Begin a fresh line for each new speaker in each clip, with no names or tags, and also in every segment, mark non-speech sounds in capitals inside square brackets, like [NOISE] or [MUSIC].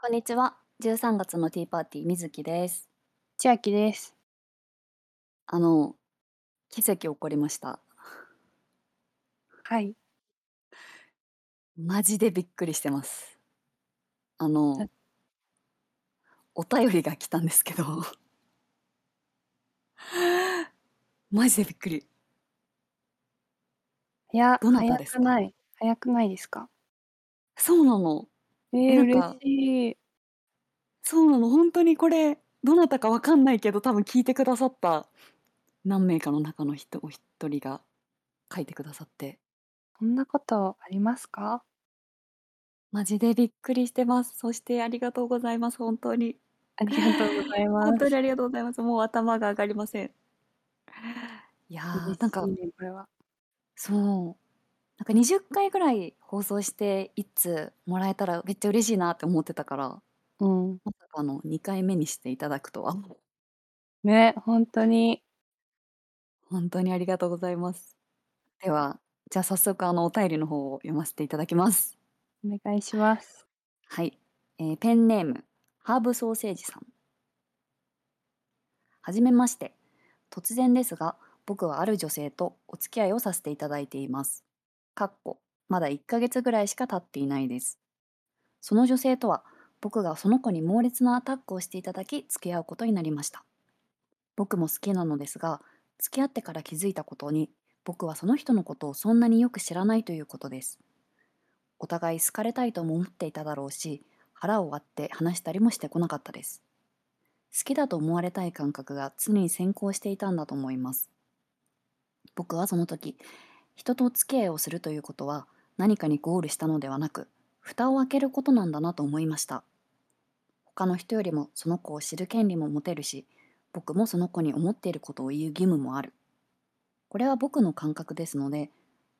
こんにちは。13月のティーパーティー、みずきです。
千秋です。
あの、奇跡起こりました。
はい。
マジでびっくりしてます。あの
な、
お便りが来たんですけど、 [LAUGHS] マジでびっくり。
いや、
どなたですか
早くない。早くないですか。
そうなの。
え
え
ー、
なんか
嬉しい。
そうなの。本当にこれ、どなたかわかんないけど、多分聞いてくださった何名かの中の人、お一人が書いてくださって、
そんなことありますか。
マジでびっくりしてます。そしてありがとうございます。本当に。
ありがとうございます。
本当にありがとうございます。もう頭が上がりません。いやー、なんか
嬉しいねこれは。
そう。なんか20回ぐらい放送して1通もらえたらめっちゃ嬉しいなって思ってたから、
うん。
まさかの2回目にしていただくとは、
ね、本当に。
本当にありがとうございます。では、じゃあ早速あのお便りの方を読ませていただきます。
お願いします。
はい、えーペンネームハーブソーセージさんはじめまして突然ですが僕はある女性とお付き合いをさせていただいていますかっこまだ1ヶ月ぐらいしか経っていないですその女性とは僕がその子に猛烈なアタックをしていただき付き合うことになりました僕も好きなのですが付き合ってから気づいたことに僕はその人のことをそんなによく知らないということですお互い好かれたいとも思っていただろうし腹を割って話したりもしてこなかったです好きだと思われたい感覚が常に先行していたんだと思います僕はその時人とお付き合いをするということは何かにゴールしたのではなく蓋を開けることなんだなと思いました他の人よりもその子を知る権利も持てるし僕もその子に思っていることを言う義務もあるこれは僕の感覚ですので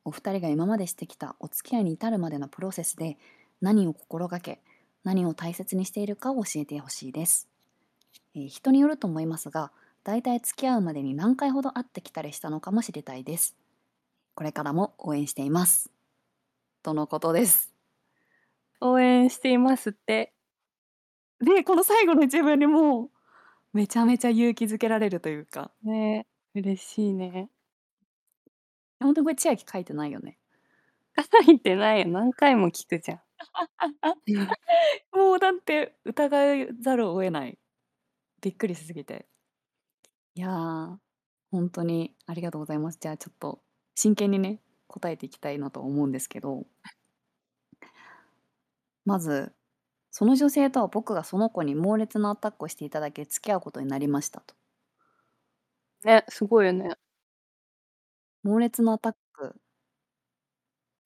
お二人が今までしてきたお付き合いに至るまでのプロセスで何を心がけ何を大切にしているかを教えてほしいです、えー人によると思いますがだいたい付き合うまでに何回ほど会ってきたりしたのかも知りたいですこれからも応援していますとのことです
応援していますって。
でこの最後の一文にもうめちゃめちゃ勇気づけられるというか
ね、嬉しいね。
本当にこれ千秋書いてないよね
書いてないよ。何回も聞くじゃん。
もうだって疑いざるを得ないびっくりしすぎていやー本当にありがとうございますじゃあちょっと真剣にね答えていきたいなと思うんですけどまずその女性とは僕がその子に猛烈なアタックをしていただき付き合うことになりましたと
ね、すごいよね。
猛烈なアタック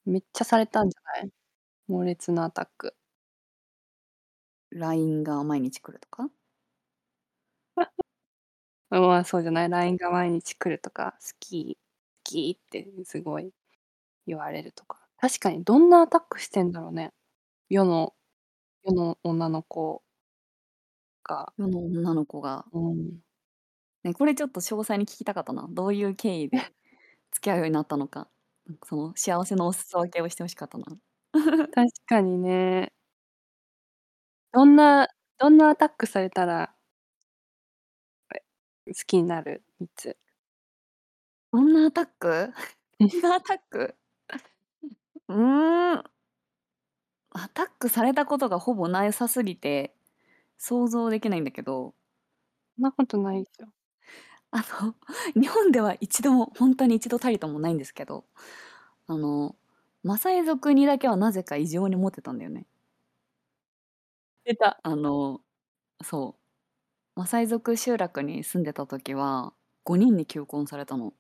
めっちゃされたんじゃない。猛烈なアタック。
LINE が毎日来るとか
まあそうじゃない LINE が毎日来るとか好き好きってすごい言われるとか確かにどんなアタックしてんだろうね世の世の女の子が、
世の女の子が、
うん、 [LAUGHS]
ね、これちょっと詳細に聞きたかったなどういう経緯で付き合うようになったのかなんかその幸せのお裾分けをしてほしかったな
確かにねどんなどんなアタックされたらえ好きになる3つ
そんなアタッ [LAUGHS] クそんなアタックうーんアタックされたことがほぼなさすぎて想像できないんだけど
そんなことないでしょ
あの日本では一度も本当に一度たりともないんですけどあのマサイ族にだけはなぜか異常にモテたんだよね
出た
あのそうマサイ族集落に住んでた時は5人に求婚されたの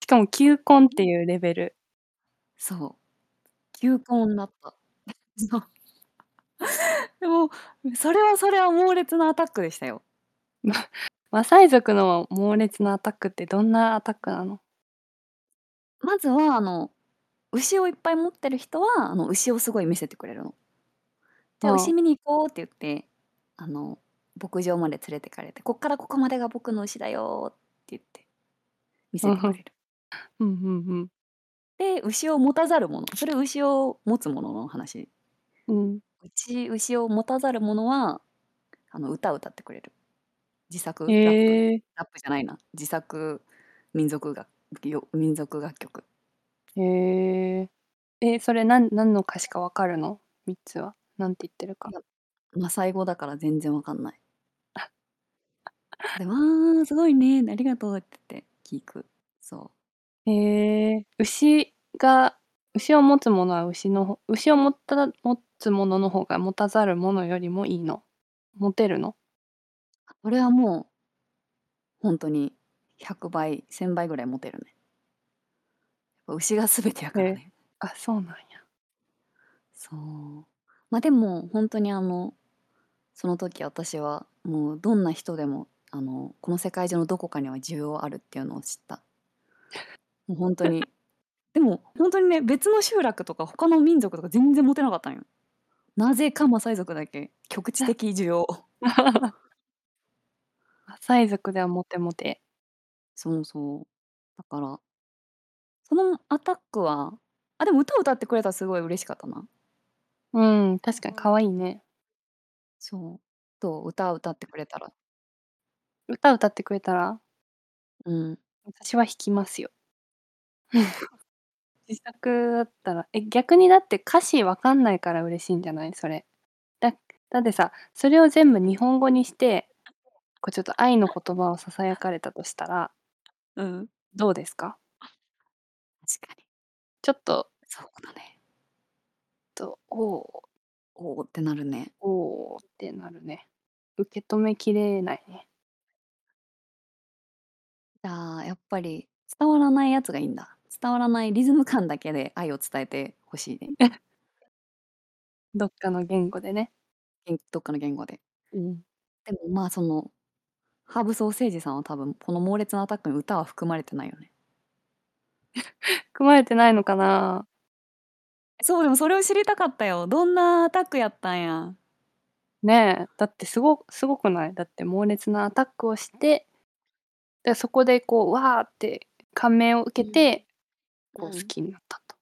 しかも求婚っていうレベル
そう求婚だった [LAUGHS] そうでもそれはそれは猛烈なアタックでしたよ
マサイ族の猛烈なアタックってどんなアタックなの
まずはあの牛をいっぱい持ってる人はあの牛をすごい見せてくれるのじゃあ
うん
牛見に行こうって言ってあの牧場まで連れてかれてこっからここまでが僕の牛だよって言って見せてくれる
うんうん
で牛を持たざる者それ牛を持つ者の話
うん。うん。
うち牛を持たざる者はあの歌を歌ってくれる自作ラップ、
へえ
ラップじゃないな自作民族楽よ民族楽曲
へええそれ何何の歌詞かわかるの3つはなんて言ってるか
いやまあ最後だから全然わかんない [LAUGHS] でわーすごいねありがとうって言って聞くそ
へえ牛が牛を持つものは牛の方牛を持った持つものの方が持たざるものよりもいいの持てるの
うこれはもう本当に100倍1000倍ぐらいモテるねやっぱ牛が全てやからね
あそうなんや
そうまあでも本当にあのその時私はもうどんな人でもあのこの世界中のどこかには需要あるっていうのを知ったもう本当に [LAUGHS] でも本当にね別の集落とか他の民族とか全然モテなかったんよなぜかマサイ族だけ局地的需要 [LAUGHS]
マサイ族ではモテモテ
そうそうだからそのアタックはあでも歌を歌ってくれたらすごい嬉しかったな
うん確かに可愛いね
そうと歌を歌ってくれたら
歌歌ってくれたら
うん
私は弾きます [LAUGHS] よ自作だったらえ逆にだって歌詞わかんないから嬉しいんじゃないそれだだってさそれを全部日本語にしてこうちょっと愛の言葉をささやかれたとしたら
うん
どうですか
確かに
ちょっと
そうだね
とおー
おーってなるね
おーってなるね受け止めきれないね
じゃあやっぱり伝わらないやつがいいんだ伝わらないリズム感だけで愛を伝えてほしいね
どっかの言語でね、
言どっかの言語で
うん、
でもまあそのハーブソーセージさんは多分この猛烈なアタックに歌は含まれてないよね
含まれてないのかな
そうでもそれを知りたかったよどんなアタックやったんや
ねえだってすごすごくないだって猛烈なアタックをしてでそこでこうわーって感銘を受けて、
うん
こ
うん
う好きになったと、
好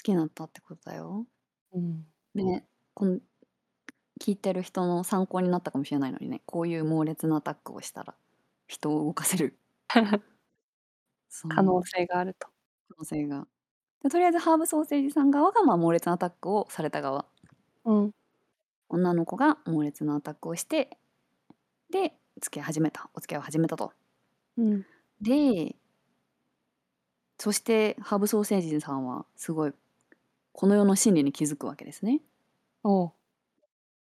きになったってことだよねこの聞いてる人の参考になったかもしれないのにねこういう猛烈なアタックをしたら人を動かせる [LAUGHS] そう
可能性があると、
可能性がでとりあえずハーブソーセージさん側がまあ猛烈なアタックをされた側
うん、
女の子が猛烈なアタックをしてで付き合い始めたお付き合いを始めたと
うん、
でそしてハーブソーセージさんはすごいこの世の真理に気づくわけですね、
おう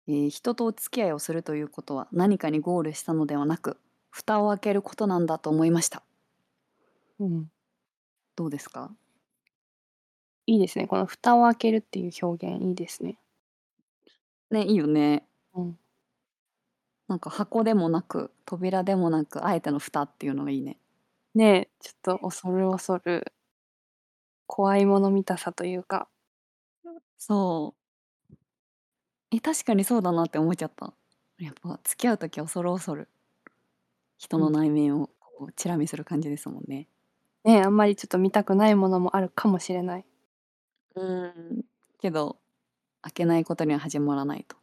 えー人とお付き合いをするということは何かにゴールしたのではなく蓋を開けることなんだと思いました
うん、
どうですか
いいですねこの蓋を開けるっていう表現いいですね
ねいいよね
うん
なんか箱でもなく扉でもなくあえての蓋っていうのがいいね
ねえちょっと恐る恐る怖いもの見たさというか
そうえ確かにそうだなって思っちゃったやっぱ付き合う時恐る恐る人の
うん
内面をこうチラ見する感じですもんね
ねえあんまりちょっと見たくないものもあるかもしれない
うんけど開けないことには始まらないと、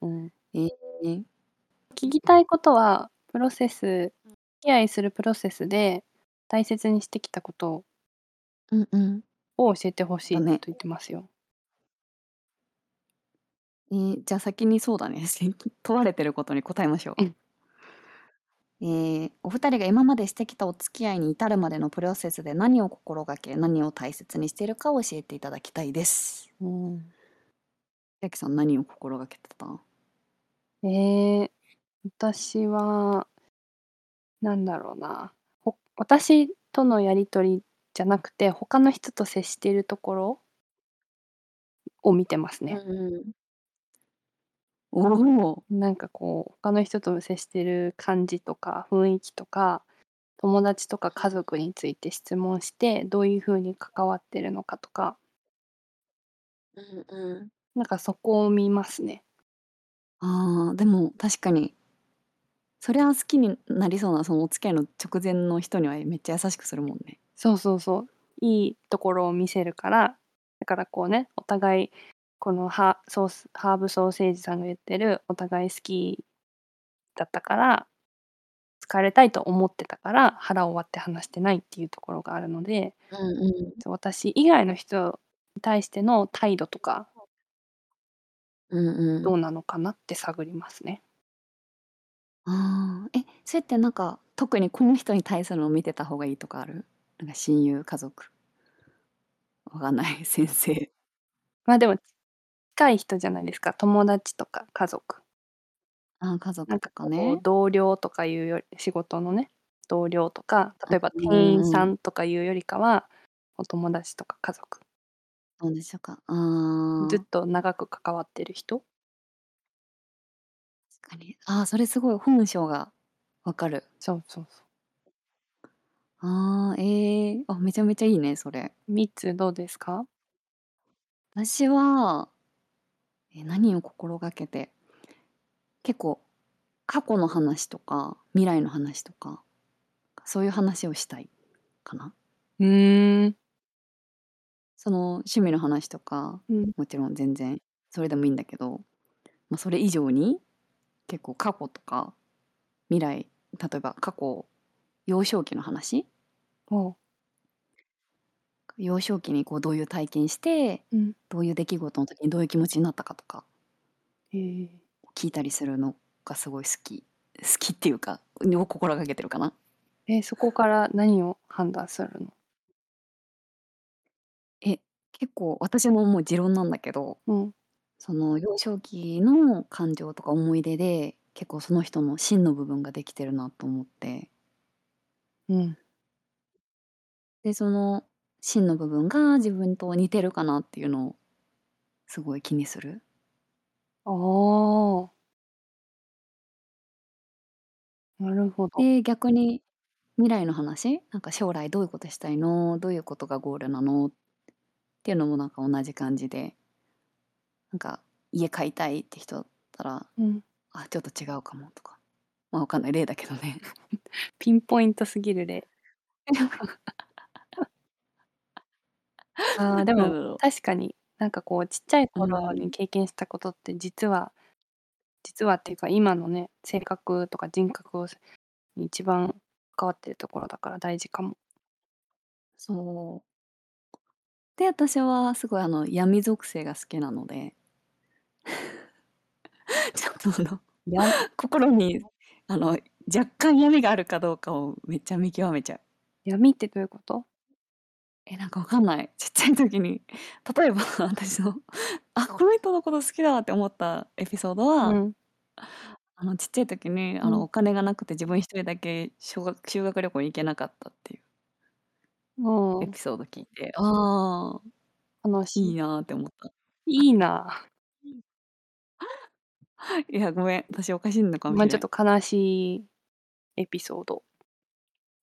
うん
ね、
聞きたいことはプロセス付き合いするプロセスで大切にしてきたこと
うんうん
を教えてほしい
だ
と
ね
言ってますよ。
えーじゃあ先にそうだね [LAUGHS] 先問われてることに答えましょう
うん、
えーお二人が今までしてきたお付き合いに至るまでのプロセスで何を心がけ何を大切にしているかを教えていただきたいです
うん
千秋さん何を心がけてた
えー、私はなんだろうなほ私とのやり取りじゃなくて他の人と接しているところを見てますね。
おお
なんかこう他の人と接してる感じとか雰囲気とか友達とか家族について質問してどういうふうに関わってるのかとか
ー、
なんかそこを見ますね。
あーでも確かにそれは好きになりそうなそのお付き合いの直前の人にはめっちゃ優しくするもんね
そうそうそういいところを見せるからだからこうねお互いこのハソースハーブソーセージさんが言ってるお互い好きだったから疲れたいと思ってたから腹を割って話してないっていうところがあるので
うんうん
私以外の人に対しての態度とか
うん
ど
うん
うなのかなって探りますね。
あーえそれってなんか特にこの人に対するのを見てた方がいいとかあるなんか親友家族わかんない先生
まあでも近い人じゃないですか友達とか家族
[LAUGHS] あー家
なん
族と
か
か
こう
ね
同僚とかいうより仕事のね同僚とか例えば
うん
店員さんとかいうよりかはお友達とか家族
どうでしょうかあー
ずっと長く関わってる人
確かにあーそれすごい本性がわかる
そうそうそ
あーえー、あめちゃめちゃいいねそれ
う3つどうですか
私はえ何を心がけて結構過去の話とか未来の話とかそういう話をしたいかな
うーん
その趣味の話とか
うん
もちろん全然それでもいいんだけど、まあ、それ以上に結構過去とか未来例えば過去幼少期の話
おう
幼少期にこうどういう体験して
うん
どういう出来事の時にどういう気持ちになったかとか
えー
聞いたりするのがすごい好き好きっていうかを心がけてるかな
えそこから何を判断するの
え結構私のもう持論なんだけど
うん
その幼少期の感情とか思い出で結構その人の真の部分ができてるなと思って
うん
でその真の部分が自分と似てるかなっていうのをすごい気にする
ああなるほど
で逆に未来の話なんか将来どういうことしたいのどういうことがゴールなのっていうのもなんか同じ感じでなんか家買いたいって人だったら
うん
あちょっと違うかもとかまあわかんない例だけどね
ピンポイントすぎる例あーで
なんだ
も
ろ
確かになんかこうちっちゃい頃
う
に経験したことって実は実はっていうか今のね性格とか人格をに一番関わってるところだから大事かも。
うそうで私はすごいあの闇属性が好きなので [LAUGHS] ちょっとあの
いや
心にあの若干闇があるかどうかをめっちゃ見極めちゃう
闇ってどういうこと
えなんかわかんないちっちゃい時に例えば [LAUGHS] 私のあこの人のこと好きだって思ったエピソードは、
うん
あのちっちゃい時に
う
あの
ん
お金がなくて自分一人だけ小学修学旅行に行けなかったっていう
う
エ
ん
ピソード聞いてああ
楽し
い
い
いなーって思った
いいな。
いやごめん私おかしいのかもし
まあ
れ
ちょ
ない
っと悲しいエピソード。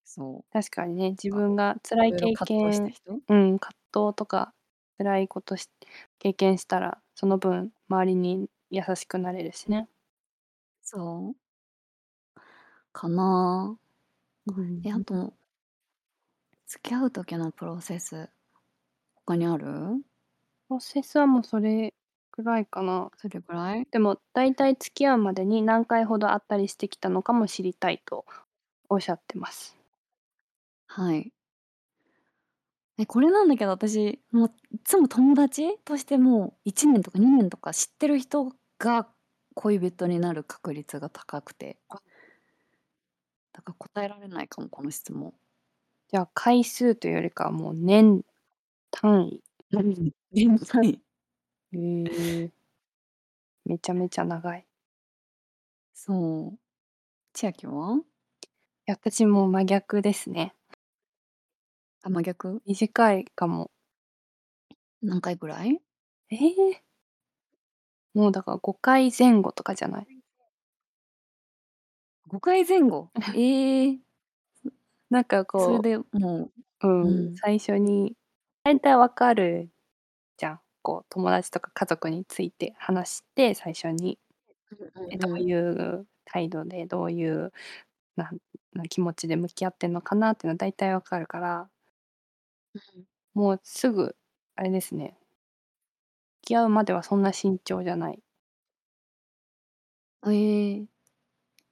そ
確かにね自
うなんか
分が辛
い
い
ろいろ
経
葛藤した
験
人
うん葛藤とか辛いことし経験したらその分周りに優しくなれるしね。
そうかな
う
ーえあ
ん
と付き合う時のプロセス他にある
プロセスはもうそれくらいかな。
それぐらい
でも大体付き合うまでに何回ほど会ったりしてきたのかも知りたいとおっしゃってます。
はいえこれなんだけど私もういつも友達としてもう1年とか2年とか知ってる人が恋人になる確率が高くて
あ
だから答えられないかもこの質問
じゃあ回数というよりかはもう年単位。 [LAUGHS]
うん年単位
へーめちゃめちゃ長い。い
そう千秋は
や私もう真逆ですね。
あ真逆
短いかも。
何回ぐらい
えー、もうだから5回前後とかじゃない。
5回前後 [LAUGHS] ええー、
なんか
それ
こ
でもう
う、う、
うんん
最初に大体わかるじゃん。こう友達とか家族について話して最初にえ
う
ど
んう
うんいう態度でどういうなんな気持ちで向き合ってんのかなっていうのは大体わかるからもうすぐあれですねき合うまではそんな慎重じゃない。
えー、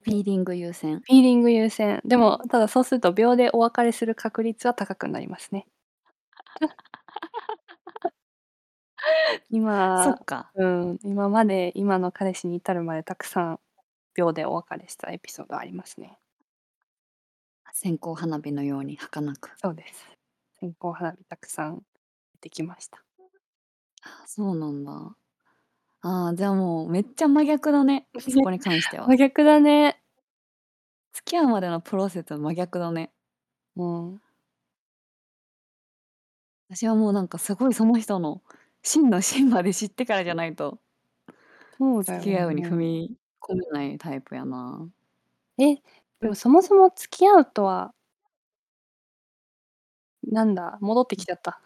フィーリング優先。
フィーリング優先。でも、ただそうすると秒でお別れする確率は高くなります [LAUGHS] ね。
そ
今
っ、か。
うん、今まで、今の彼氏に至るまでたくさん秒でお別れしたエピソードありますね。
線香花火のように儚く。
そうです。線香花火たくさん出てきま [LAUGHS] した。
あそうなんだ。ああ、じゃあもうめっちゃ真逆だね。そこに関しては。
真逆だね。
付き合うまでのプロセスは真逆だね。
うん。
私はもうなんかすごいその人の真の真まで知ってからじゃないと
そうだ
付
よ、ね。
き合うに踏み込めないタイプやな。
え、でもそもそも付き合うとは、なんだ、戻ってきちゃった。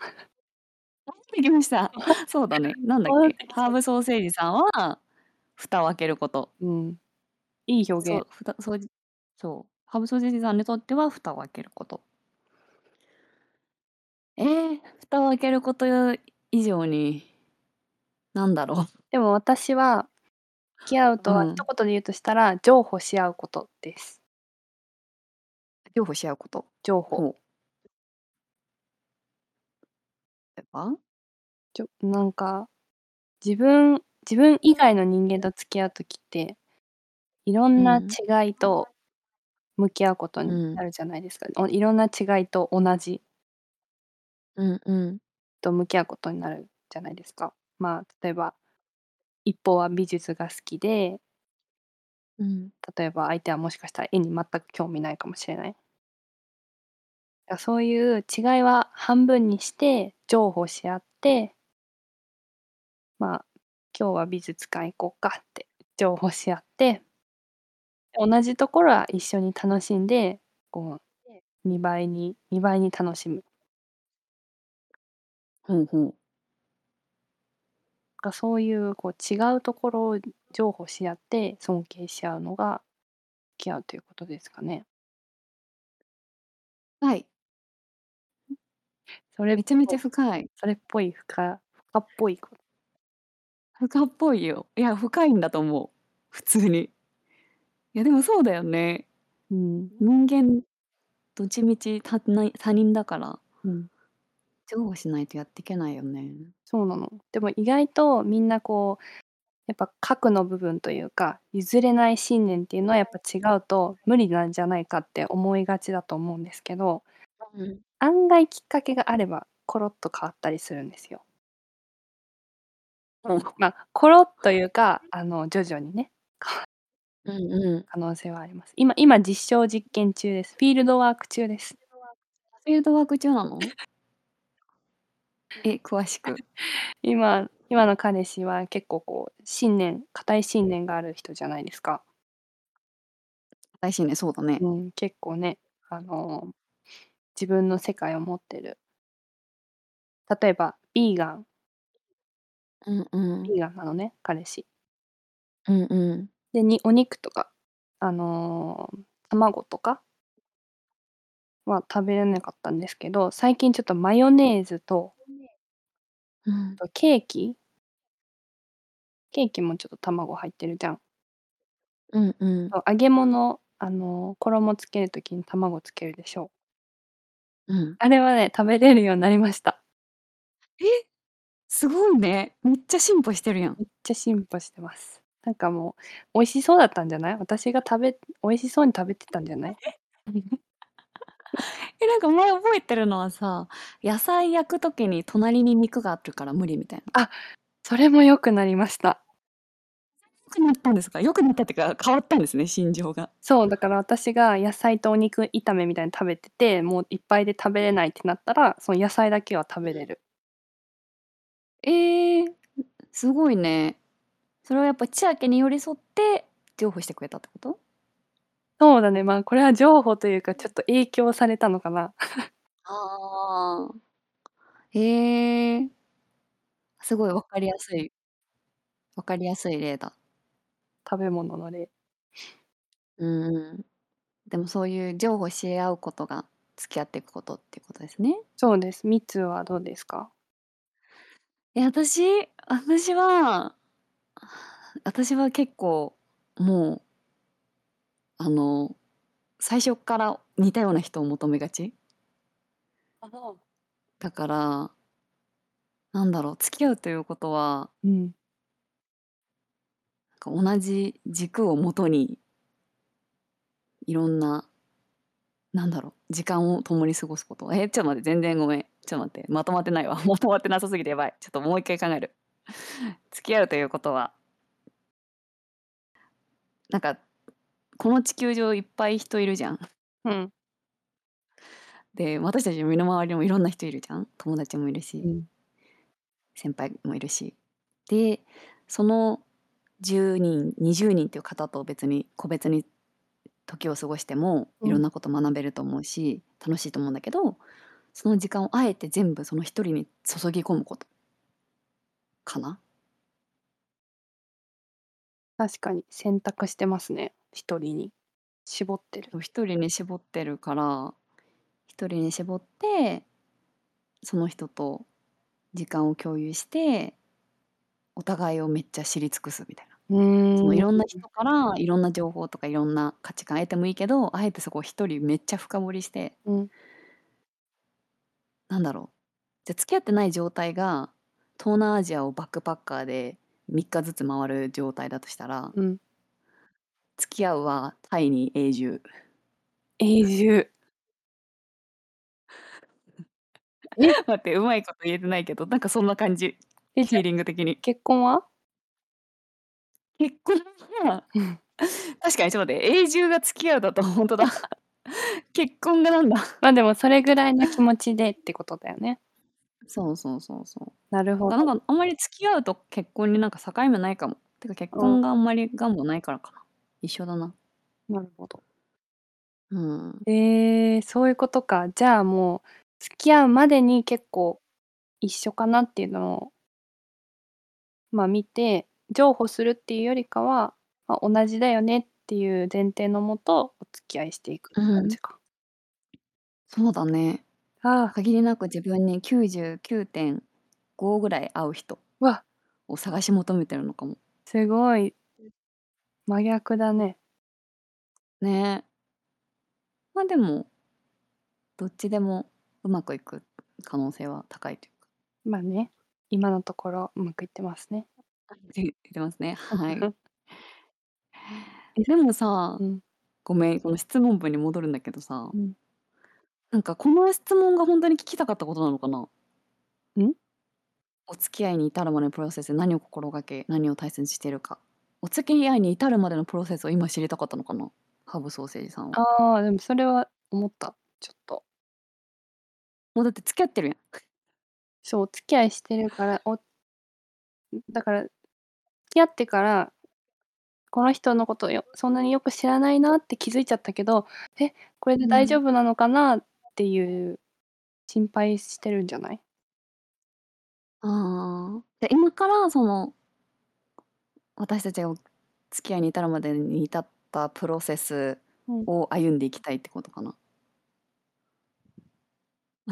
できました。 [LAUGHS] そうだね。なんだ
戻
っ
って
け
き。た
ハーブソーセージさんは蓋を開けること。
うん。いい表
そう。
現
蓋そうじそうハーブソーセージさんにとっては蓋を開けること。えー、蓋を開けること以上になんだろ [LAUGHS] う。
でも私は、付き合うとは
うん
一言で言うとしたら、譲歩し合うことです。
譲歩し合うこと。
譲歩。
ほう。例えば
ちょなんか、自分、自分以外の人間と付き合うときって、いろんな違いと向き合うこと
うん
になるじゃないですか。おいろんな違いと同じ
うんうん。
と向き合うことになるじゃないですか。まあ例えば一方は美術が好きで
うん
例えば相手はもしかしたら絵に全く興味ないかもしれない。だからそういう違いは半分にして譲歩し合ってまあ今日は美術館行こうかって譲歩し合って同じところは一緒に楽しんでこう2倍に2倍に楽しむ。
ほうほう。
がそういうこう違うところを譲歩し合って尊敬し合うのが付き合うということですかね。
はい。
それ
めちゃめちゃ深い。
それっぽい深深っぽいこと
深っぽいよ。いや、深いんだと思う。普通に。いや、でもそうだよね。
うん
人間、どっちみち他ない他人だから、
うん、
譲歩しないとやっていけないよね。
そうなのでも意外とみんなこうやっぱ核の部分というか譲れない信念っていうのはやっぱ違うと無理なんじゃないかって思いがちだと思うんですけど
うん、
案外きっかけがあればコロッと変わったりするんですよ。
うん
まあコロッというかあの徐々にね
うんうん。
可能性はあります。今、今実証実験中です。フィールドワーク中です。
フィールドワーク中なのえ、詳しく。
今、今の彼氏は結構こう、信念、固い信念がある人じゃないですか。
大事ね、そうだね。
うん、結構ね、あの自分の世界を持ってる。例えば、ビーガン、
うんうん。
ビーガンなのね、彼氏。
うんうん。
で、にお肉とか、あの卵とかは食べれなかったんですけど、最近ちょっとマヨネーズと、
うん
あとケーキケーキもちょっと卵入ってるじゃん。
うんうん
そう揚げ物あの衣つけるときに卵つけるでしょう
うん。
あれはね食べれるようになりました
すごいね。めっちゃ進歩してるやん。
めっちゃ進歩してますなんかもう美味しそうだったんじゃない私が食べ美味しそうに食べてたんじゃない
え、なんか前覚えてるのはさ、野菜焼くときに隣に肉があるから無理みたいな。
それも良くなりました
良くなったんですか良くなったってか変わったんですね、心情が。
そうだから私が野菜とお肉炒めみたいに食べててもういっぱいで食べれないってなったらその野菜だけは食べれる
えー、すごいね。それはやっぱ千秋に寄り添って譲歩してくれたってこと
そうだねまあこれは情報というかちょっと影響されたのかな
ああ。えー、すごいわかりやすい。わかりやすい例だ。
食べ物の例
うんうん。でもそういう譲歩し合うことが付き合っていくことっていうことですね。
そうですみつはどうですか
え、私私は、私は結構、もう、あの、最初っから似たような人を求めがち。
あの
だから、なんだろう、付き合うということは、
うん。
なんか同じ軸をもとに、いろんな、なんだろう、時間を共に過ごすこと。え、ちょっと待って、全然ごめん。ちょっと待って、まとまってないわ。 [LAUGHS] まとまってなさすぎてやばい。ちょっともう一回考える。付き合うということは、なんか、この地球上いっぱい人いるじゃん。
うん。
で、私たちの身の回りにもいろんな人いるじゃん。友達もいるし。
うん。
先輩もいるしでその10人20人っていう方と別に個別に時を過ごしても
うん
いろんなこと学べると思うし、楽しいと思うんだけどその時間をあえて全部その一人に注ぎ込むことかな
確かに選択してますね。一人に。絞ってる。
でも一人に絞ってるから一人に絞ってその人と時間を共有してお互いをめっちゃ知り尽くすみたいな。
うーん。
そのいろんな人からいろんな情報とかいろんな価値観得てもいいけどあえてそこを一人めっちゃ深掘りして
うん。
なんだろうじゃあ付き合ってない状態が東南アジアをバックパッカーで3日ずつ回る状態だとしたら
うん。
付き合うはタイに永住 [LAUGHS]
永住。
待ってうまいこと言えてないけどなんかそんな感じ
え、
フ
じ
ィー
ゃあ
リング的に
結婚は
結婚は
うん
[LAUGHS] 確かにちょっと待って永住が付き合うだと本当
[LAUGHS]
だ結婚がなんだ
まあでもそれぐらいの気持ちでってことだよね。
そうそうそうそう
なるほど。
なんかあんまり付き合うと結婚になんか境目ないかも。てか結婚があんまり願望ないからかな。一緒だな。
なるほど。
うん。
えー、そういうことか。じゃあもう、付き合うまでに結構一緒かなっていうのを、まあ見て、譲歩するっていうよりかは、まあ、同じだよねっていう前提のもと、お付き合いしていくって感じか。
そうだね。
ああ、
限りなく自分に99.5ぐらい合う人
うわ、
を探し求めてるのかも。
すごい。真逆だね。
ねえ。まあでも、どっちでもうまくいく可能性は高いというか。
まあね、今のところうまくいってますね。
[LAUGHS] 言ってますね。はい。
え
でもさ、
うん、
ごめん、この質問文に戻るんだけどさ、
うん
なんかこの質問が本当に聞きたかったことなのかな
うん
お付き合いに至るまでのプロセスで何を心がけ何を大切にしているかお付き合いに至るまでのプロセスを今知りたかったのかなハブソーセージさんは
ああ、でもそれは思った。ちょっと。
もうだって付き合ってるやん
そう、お付き合いしてるから、おだから、付き合ってから、この人のことよそんなによく知らないなって気づいちゃったけど、え、これで大丈夫なのかなっていう心配してるんじゃない
あーで今からその私たちがお付き合いに至るまでに至ったプロセス
うん
を歩んでいきたいってことかな、 [LAUGHS]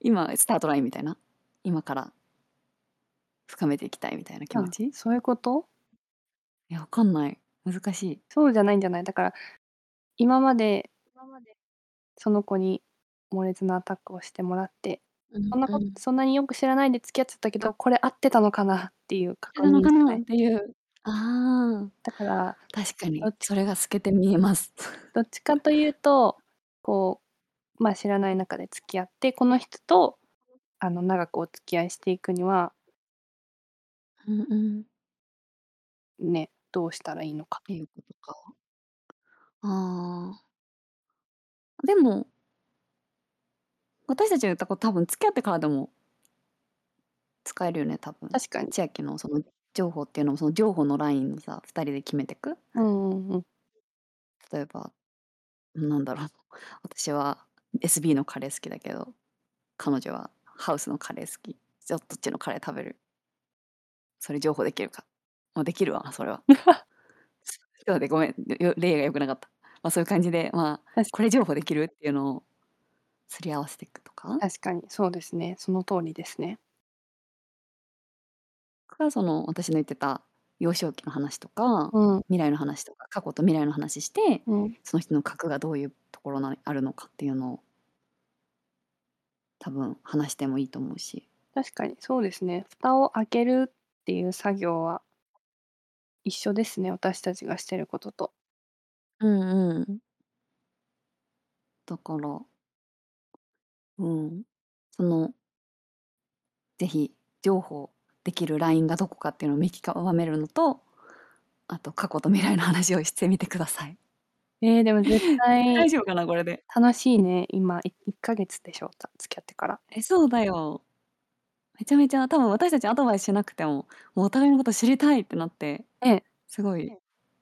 今スタートラインみたいな今から深めていきたいみたいな気持ち
あそういうこと
いやわかんない難しい
そうじゃないんじゃないだから、今まで、その子に猛烈なアタックをしてもらって、そんなこと、そんなによく知らないで付き合っちゃったけど、これ合ってたのかなっていう確
なの
認
か
じゃな
ないっていうあ
だから、
ー確かに
どっち
それが透けて見えます [LAUGHS]
どっちかというとこうまあ知らない中で付き合ってこの人とあの長くお付き合いしていくには
うん、うん、っ
ねどうしたらいいのか
ていうことかあーでも私たちが言ったこと多分付き合ってからでも使えるよね多分
確かに
千秋のその情報っていうのもその情報のラインをさ2人で決めてく
うんうんうん
例えばなんだろう [LAUGHS] 私は SB のカレー好きだけど彼女はハウスのカレー好きじゃあどっちのカレー食べるそれ情報できるかまあできるわそ
[LAUGHS]
れは [LAUGHS] ちょっと待ってごめんよ例が良くなかった、まあ、そういう感じでまあ
確
これ情報できるっていうのをすり合わせていくとか
確かにそうですねその通りですね
がその私の言ってた幼少期の話とか、
うん。
未来の話とか過去と未来の話して
うん。
その人の核がどういうところにあるのかっていうのを多分話してもいいと思うし
確かに、そうですね。蓋を開けるっていう作業は一緒ですね。私たちがしてることと。
うんうんだからうんそのぜひ情報できるラインがどこかっていうのを見極めるのとあと過去と未来の話をしてみてください
えー、でも絶
[LAUGHS]
対
大丈夫かなこれで
楽しいね。今、い1ヶ月でしょう。た付き合ってから。
えそうだよめちゃめちゃ多分私たちにアドバイスしなくてももうお互いのこと知りたいってなって、
ええ
すごい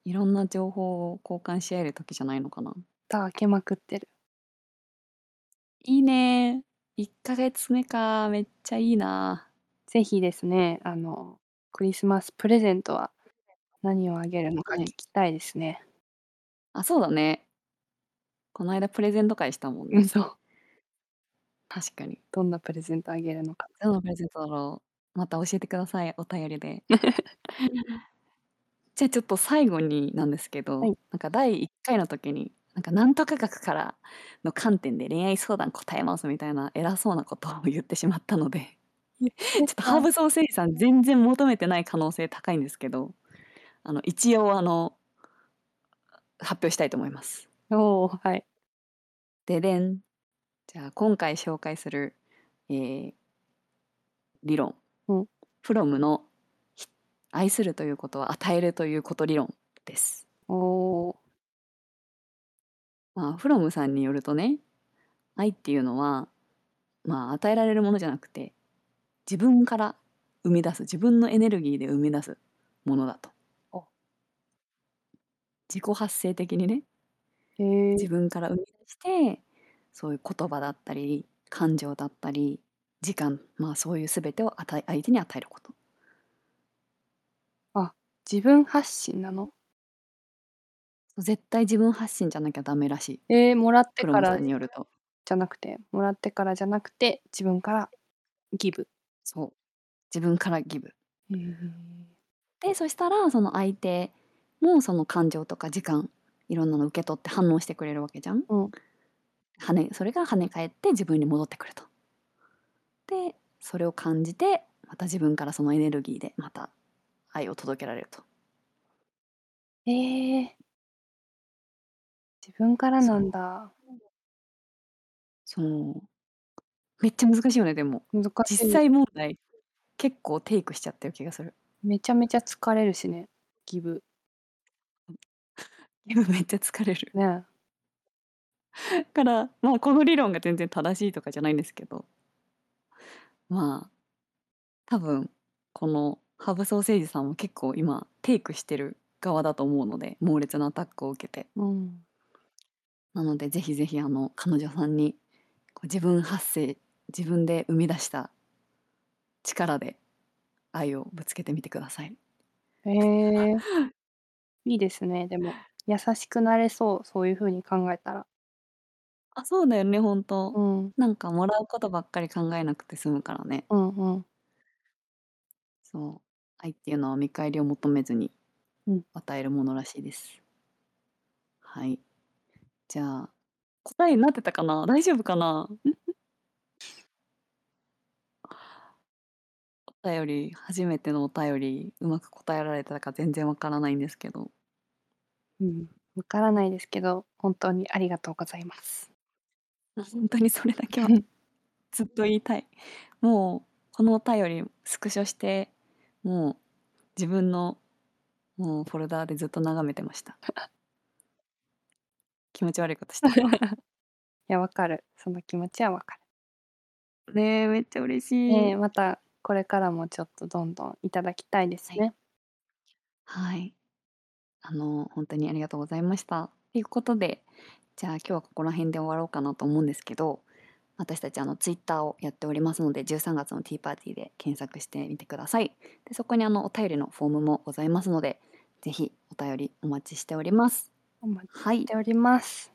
いろんな情報を交換し合える時じゃないのかな
蓋開けまくってる。
いいね1ヶ月目かめっちゃいいな
ぜひですね、あの、クリスマスプレゼントは何をあげるのか
ね
聞きたいですね。 [LAUGHS]
あそうだねこの間プレゼント会したもんね
そう。
確かに
どんなプレゼントあげるのか。
どのプレゼントだろうまた教えてくださいお便りで [LAUGHS] じゃあちょっと最後になんですけど、
はい
なんか第1回の時になんかなんとか学からの観点で恋愛相談答えますみたいな偉そうなことを言ってしまったので [LAUGHS] ちょっとハーブソーセージさん全然求めてない可能性高いんですけどあの一応あの発表したいと思います。
[LAUGHS] おーはい。
ででんじゃあ今回紹介する、えー理論、
うん
フロムのひ愛するということは与えるということ理論です。
おー
まあ、フロムさんによるとね愛っていうのは、まあ、与えられるものじゃなくて自分から生み出す自分のエネルギーで生み出すものだと
お。
自己発生的にね
えー
自分から生み出してそういう言葉だったり感情だったり時間まあそういう全てを与え相手に与えること
自分発信なの
絶対自分発信じゃなきゃダメらしい
えー、もらって
プロ
か
ム
ら
さん
じ
によると
ゃなくて、もらってからじゃなくて、自分からギブ。
そう自分からギブ
え
でそしたらその相手もその感情とか時間いろんなの受け取って反応してくれるわけじゃん、
うん
跳ねそれが跳ね返って自分に戻ってくるとでそれを感じてまた自分からそのエネルギーでまた愛を届けられると
えー自分からなんだ。
そうめっちゃ難しいよねでも
難しい。
実際問題結構テイクしちゃってる気がする [LAUGHS]
めちゃめちゃ疲れるしね、ギブ。
今めっちゃ疲れる
ね。
だからまあこの理論が全然正しいとかじゃないんですけどまあ多分このハブソーセージさんも結構今テイクしてる側だと思うので猛烈なアタックを受けて
うん。
なのでぜひぜひあの彼女さんにこう自分発生自分で生み出した力で愛をぶつけてみてください。
えーいいですね。でも、優しくなれそう。そういうふうに考えたら。
あそうだよね本当、
うん。
なんかもらうことばっかり考えなくて済むからね
うんうん。
そう愛っていうのは見返りを求めずに
うん
与えるものらしいです、はいじゃあ答えになってたかな大丈夫かなお便り初めてのお便りうまく答えられたか全然わからないんですけど
うん。わからないですけど、本当にありがとうございます。
本当にそれだけはずっと言いたいもうこのお便りスクショしてもう自分のもうフォルダーでずっと眺めてました [LAUGHS] 気持ち悪いことした
いや、わかる。その気持ちはわか
[LAUGHS] ねえめっちゃ嬉し
る。
い、
ねえまた、これからもちょっとどんどんいただきたいですね。
はいあの本当にありがとうございましたということでじゃあ今日はここら辺で終わろうかなと思うんですけど私たちあのツイッターをやっておりますので13月のティーパーティーで検索してみてくださいでそこにあのお便りのフォームもございますのでぜひお便りお待ちしております
お待ち
はい
しております。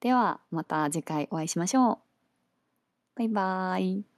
ではまた次回お会いしましょうバイバーイ